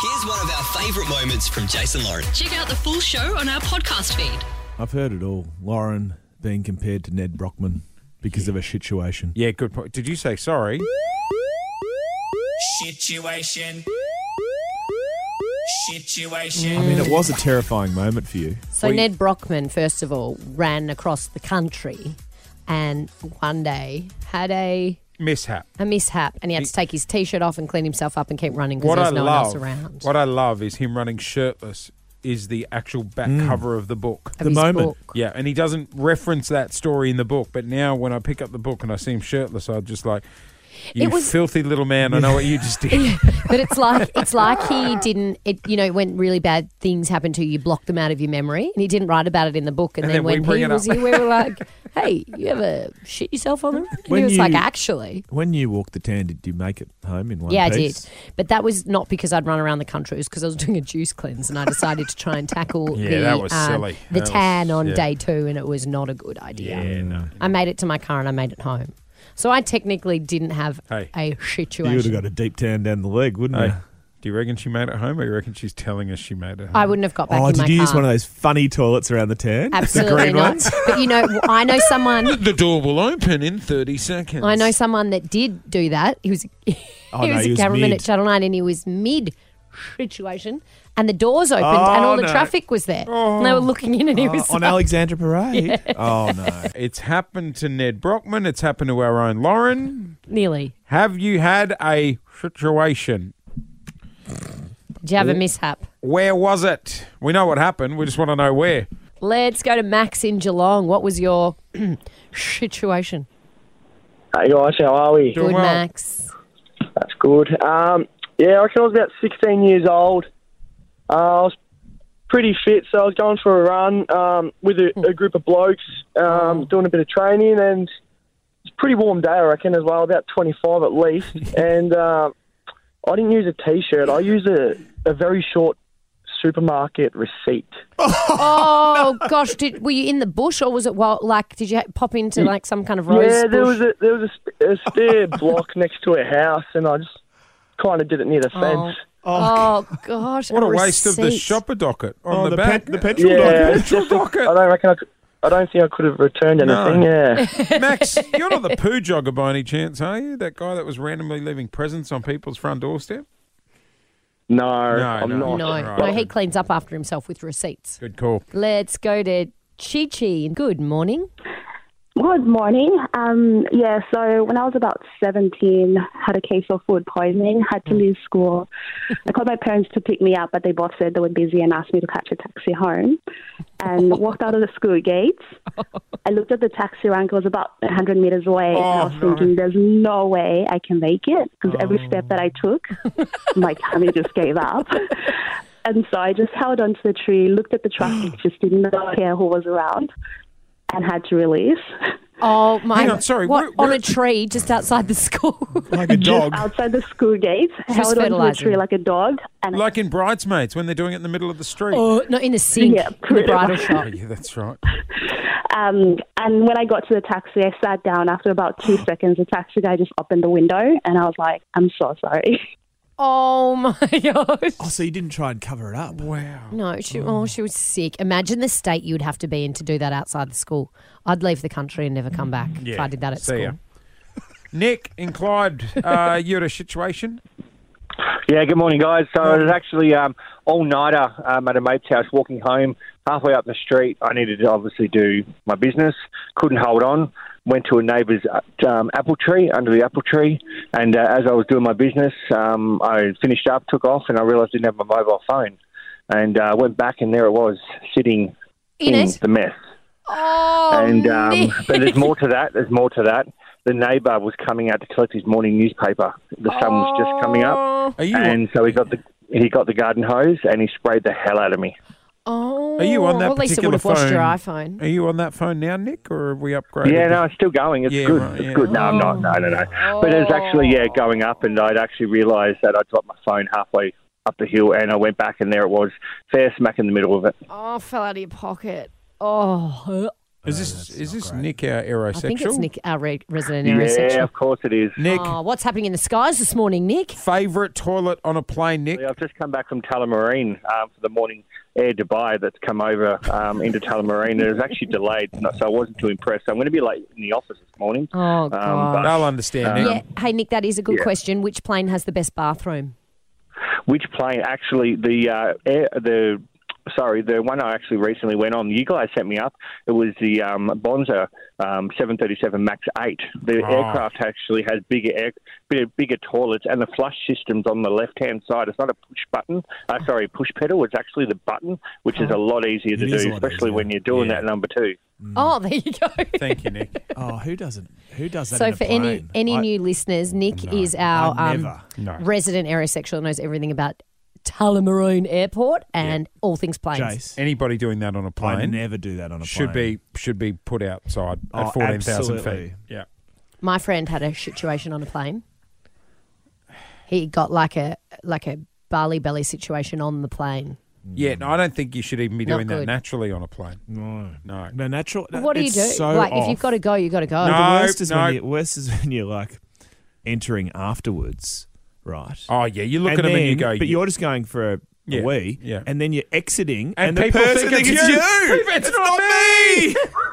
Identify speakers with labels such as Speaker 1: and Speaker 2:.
Speaker 1: Here's one of our favourite moments from Jason Lauren.
Speaker 2: Check out the full show on our podcast feed.
Speaker 3: I've heard it all. Lauren being compared to Ned Brockman because of a situation.
Speaker 4: Yeah, good point. Did you say sorry?
Speaker 5: Situation. Situation.
Speaker 3: I mean, it was a terrifying moment for you.
Speaker 6: So
Speaker 4: Well, you-
Speaker 6: Ned Brockman, first of all, ran across the country and one day had a,
Speaker 4: Mishap.
Speaker 6: a mishap and he had to take his t-shirt off and clean himself up and keep running because
Speaker 4: What
Speaker 6: there
Speaker 4: I
Speaker 6: was no
Speaker 4: love,
Speaker 6: one else around.
Speaker 4: what I love is him running shirtless is the actual back cover of the book.
Speaker 6: Of
Speaker 3: The
Speaker 6: his
Speaker 3: moment.
Speaker 6: book.
Speaker 4: Yeah, and he doesn't reference that story in the book, but now when I pick up the book and I see him shirtless, I'm just like, you
Speaker 6: It was-
Speaker 4: filthy little man, I know what you just did.
Speaker 6: But it's like it's like he didn't it you know, when really bad things happen to you, you block them out of your memory and he didn't write about it in the book and,
Speaker 4: And
Speaker 6: then,
Speaker 4: then we
Speaker 6: when
Speaker 4: bring
Speaker 6: he
Speaker 4: it
Speaker 6: was
Speaker 4: up.
Speaker 6: here we were like, Hey, you ever shit yourself on the road? And
Speaker 3: When
Speaker 6: he was like,
Speaker 3: you-
Speaker 6: Actually
Speaker 3: When you walked the tan, did you make it home in one
Speaker 6: Yeah,
Speaker 3: piece?
Speaker 6: I did. But that was not because I'd run around the country. It was because I was doing a juice cleanse and I decided to try and tackle
Speaker 4: Yeah,
Speaker 6: the,
Speaker 4: that was
Speaker 6: um,
Speaker 4: silly.
Speaker 6: the
Speaker 4: That was-
Speaker 6: tan on
Speaker 4: yeah.
Speaker 6: day two, and it was not a good idea.
Speaker 4: Yeah, no.
Speaker 6: I made it to my car and I made it home. So I technically didn't have
Speaker 4: Hey.
Speaker 6: a
Speaker 3: You would have
Speaker 6: situation.
Speaker 3: got a deep tan down the leg, wouldn't
Speaker 4: Hey,
Speaker 3: you?
Speaker 4: do you reckon she made it home, or you reckon she's telling us she made it home?
Speaker 6: I wouldn't have got back
Speaker 3: oh,
Speaker 6: in
Speaker 3: did
Speaker 6: my
Speaker 3: you
Speaker 6: car.
Speaker 3: use one of those funny toilets around the tan?
Speaker 6: Absolutely
Speaker 3: the green
Speaker 6: not.
Speaker 3: ones?
Speaker 6: But you know, I know someone.
Speaker 4: the door will open in 30 seconds.
Speaker 6: I know someone that did do that. He was he
Speaker 3: Oh, no,
Speaker 6: was
Speaker 3: he
Speaker 6: a
Speaker 3: was
Speaker 6: cameraman
Speaker 3: mid.
Speaker 6: at Channel Nine, and he was mid situation, and the doors opened, and
Speaker 3: Oh,
Speaker 6: all the
Speaker 3: no.
Speaker 6: traffic was there, and they were looking in, and he was
Speaker 3: Oh, on
Speaker 6: like-
Speaker 3: Alexandra Parade? Oh, no.
Speaker 4: It's happened to Ned Brockman. It's happened to our own Lauren.
Speaker 6: nearly.
Speaker 4: Have you had a situation?
Speaker 6: Did you have a mishap?
Speaker 4: Where was it? We know what happened. We just want to know where.
Speaker 6: Let's go to Max in Geelong. What was your situation?
Speaker 7: Hey guys, how are we?
Speaker 4: Doing
Speaker 6: Good,
Speaker 4: well.
Speaker 6: Max.
Speaker 7: That's good. Um, yeah, I reckon I was about 16 years old. Uh, I was pretty fit, so I was going for a run um, with a, a group of blokes, um, doing a bit of training, and it's a pretty warm day, I reckon, as well, about 25 at least. and uh, I didn't use a t-shirt. I used a, a very short supermarket receipt.
Speaker 6: Oh gosh, did were you in the bush or was it well, like did you ha- pop
Speaker 4: Mm.
Speaker 6: into like some kind of rose
Speaker 7: yeah, there
Speaker 6: bush?
Speaker 7: was a there was a, sp- a spare block next to a house, and I just kind of did it near the fence.
Speaker 6: oh gosh,
Speaker 4: What a waste of the
Speaker 6: receipt.
Speaker 4: shopper docket on
Speaker 3: Oh,
Speaker 4: the,
Speaker 3: the,
Speaker 4: back.
Speaker 3: pet, the petrol dog.
Speaker 7: it's just a-
Speaker 4: docket.
Speaker 7: I don't reckon I could. I don't think I could have returned
Speaker 4: No.
Speaker 7: anything. Yeah.
Speaker 4: Max, you're not the poo jogger by any chance, are you? That guy that was randomly leaving presents on people's front doorstep?
Speaker 7: No,
Speaker 4: No,
Speaker 7: I'm
Speaker 4: no.
Speaker 7: not.
Speaker 6: No,
Speaker 4: Right.
Speaker 6: no, he cleans up after himself with receipts.
Speaker 4: Good call.
Speaker 6: Let's go to Chi Chi. Good morning.
Speaker 8: Good morning. Um, yeah, so when I was about 17, had a case of food poisoning, had to leave school. I called my parents to pick me up, but they both said they were busy and asked me to catch a taxi home. And walked out of the school gates. I looked at the taxi rank, it was about 100 meters away. and I
Speaker 4: Oh,
Speaker 8: was thinking, there's no way I can make it because every step that I took, my tummy just gave up. And so I just held onto the tree, looked at the traffic, just did not care who was around, and had to release.
Speaker 6: Oh my!
Speaker 4: Hang on, sorry,
Speaker 6: What,
Speaker 4: where- where-
Speaker 6: on a tree just outside the school.
Speaker 3: Like a dog.
Speaker 8: outside the school gates, held onto the
Speaker 6: fertilizer.
Speaker 8: tree like a dog, and
Speaker 4: Like in Bridesmaids when they're doing it in the middle of the street.
Speaker 6: oh, no, in the sink,
Speaker 8: Yeah,
Speaker 6: in the
Speaker 8: pretty
Speaker 6: bridal
Speaker 8: much.
Speaker 6: shop.
Speaker 4: Oh, yeah, that's right.
Speaker 8: um, and when I got to the taxi, I sat down. After about two seconds, the taxi guy just opened the window, and I was like, "I'm so sorry."
Speaker 6: Oh my gosh!
Speaker 3: Oh, so you didn't try and cover it up?
Speaker 4: Wow.
Speaker 6: No, she oh she was sick. Imagine the state you would have to be in to do that outside the school. I'd leave the country and never come back if I did that at
Speaker 4: See
Speaker 6: school.
Speaker 4: ya. Nick and Clyde, uh, you had a situation?
Speaker 7: Yeah. Good morning, guys. So it was actually um, all nighter um, at a mate's house. Walking home, halfway up the street, I needed to obviously do my business. Couldn't hold on. Went to a neighbour's uh, um, apple tree under the apple tree, and uh, as I was doing my business, um, I finished up, took off, and I realised I didn't have my mobile phone, and uh, went back, and there it was sitting
Speaker 6: In it?
Speaker 7: the mess.
Speaker 6: Oh,
Speaker 7: Mm. and um,
Speaker 6: Nick.
Speaker 7: but there's more to that. There's more to that. The neighbour was coming out to collect his morning newspaper. The sun was just coming up,
Speaker 4: Are you
Speaker 7: and so he got the he got the garden hose and he sprayed the hell out of me.
Speaker 6: Oh,
Speaker 4: Are you on that
Speaker 6: well, at least it
Speaker 4: particular
Speaker 6: would have washed your
Speaker 4: phone?
Speaker 6: iPhone.
Speaker 4: Are you on that phone now, Nick, or have we upgraded?
Speaker 7: yeah,
Speaker 4: it?
Speaker 7: no, it's still going. It's
Speaker 4: Yeah,
Speaker 7: good.
Speaker 4: right,
Speaker 7: it's
Speaker 4: yeah.
Speaker 7: good. No, I'm not. No, no, no. But it's actually yeah going up, and I'd actually realised that I dropped my phone halfway up the hill, and I went back, and there it was, fair smack in the middle of it.
Speaker 6: Oh, fell out of your pocket. Oh,
Speaker 4: Is this is this Nick our aerosexual?
Speaker 6: I think it's Nick, our re- resident
Speaker 7: Yeah,
Speaker 6: aerosexual.
Speaker 7: of course it is.
Speaker 4: Nick,
Speaker 6: Oh, what's happening in the skies this morning, Nick?
Speaker 4: favorite toilet on a plane. Nick,
Speaker 7: Yeah, I've just come back from Tullamarine um, for the morning air Dubai that's come over um, into Tullamarine. It was actually delayed, so I wasn't too impressed. I'm going to be late in the office this morning.
Speaker 6: Oh, God.
Speaker 4: they'll understand. Nick.
Speaker 6: yeah. Hey, Nick, that is a good
Speaker 7: Um, yeah.
Speaker 6: question. Which plane has the best bathroom?
Speaker 7: Which plane? Actually, the uh, air, the sorry, the one I actually recently went on. You guys sent me up. It was the um, Bonza um, 737 Max 8. The
Speaker 4: Ah.
Speaker 7: aircraft actually has bigger air, bigger, bigger toilets, and the flush system's on the left hand side. It's not a push button. Uh, sorry, push pedal. It's actually the button, which is a lot easier to
Speaker 3: Ah. It is a
Speaker 7: do,
Speaker 3: lot
Speaker 7: especially
Speaker 3: easier.
Speaker 7: when you're doing
Speaker 4: Yeah.
Speaker 7: that number two.
Speaker 4: Mm.
Speaker 6: Oh, there you go.
Speaker 4: Thank you, Nick.
Speaker 3: Oh, who doesn't? Who does that?
Speaker 6: So
Speaker 3: in a
Speaker 6: for any
Speaker 3: plane?
Speaker 6: any
Speaker 3: I-
Speaker 6: new listeners, Nick is our
Speaker 3: I
Speaker 6: um,
Speaker 3: never.
Speaker 4: No.
Speaker 6: resident aerosexual, knows everything about Tullamarine Airport and all things planes.
Speaker 3: Jace,
Speaker 4: Anybody doing that on a plane
Speaker 3: I never do that on a
Speaker 4: should
Speaker 3: plane.
Speaker 4: be should be put outside at
Speaker 3: Oh,
Speaker 4: fourteen thousand feet.
Speaker 3: absolutely.
Speaker 4: Yeah.
Speaker 6: My friend had a situation on a plane. He got like a like a barley belly situation on the plane.
Speaker 4: Yeah, no, I don't think you should even be
Speaker 6: Not
Speaker 4: doing that
Speaker 6: good.
Speaker 4: naturally on a plane.
Speaker 3: No.
Speaker 4: No.
Speaker 3: No, natural.
Speaker 6: What do you
Speaker 3: it's
Speaker 6: do?
Speaker 3: So
Speaker 6: like if
Speaker 3: off.
Speaker 6: you've got to go, you've got to go.
Speaker 3: The
Speaker 4: No,
Speaker 3: worst is
Speaker 4: no.
Speaker 3: when you worst is when you're like entering afterwards, right?
Speaker 4: Oh yeah, you look at them and you
Speaker 3: then-
Speaker 4: go.
Speaker 3: but
Speaker 4: yeah.
Speaker 3: you're just going for a,
Speaker 4: Yeah,
Speaker 3: a wee,
Speaker 4: yeah.
Speaker 3: and then you're exiting,
Speaker 4: And
Speaker 3: and, the
Speaker 4: people
Speaker 3: person
Speaker 4: think
Speaker 3: thinks
Speaker 4: it's
Speaker 3: it's
Speaker 4: you.
Speaker 3: you.
Speaker 4: It's not me.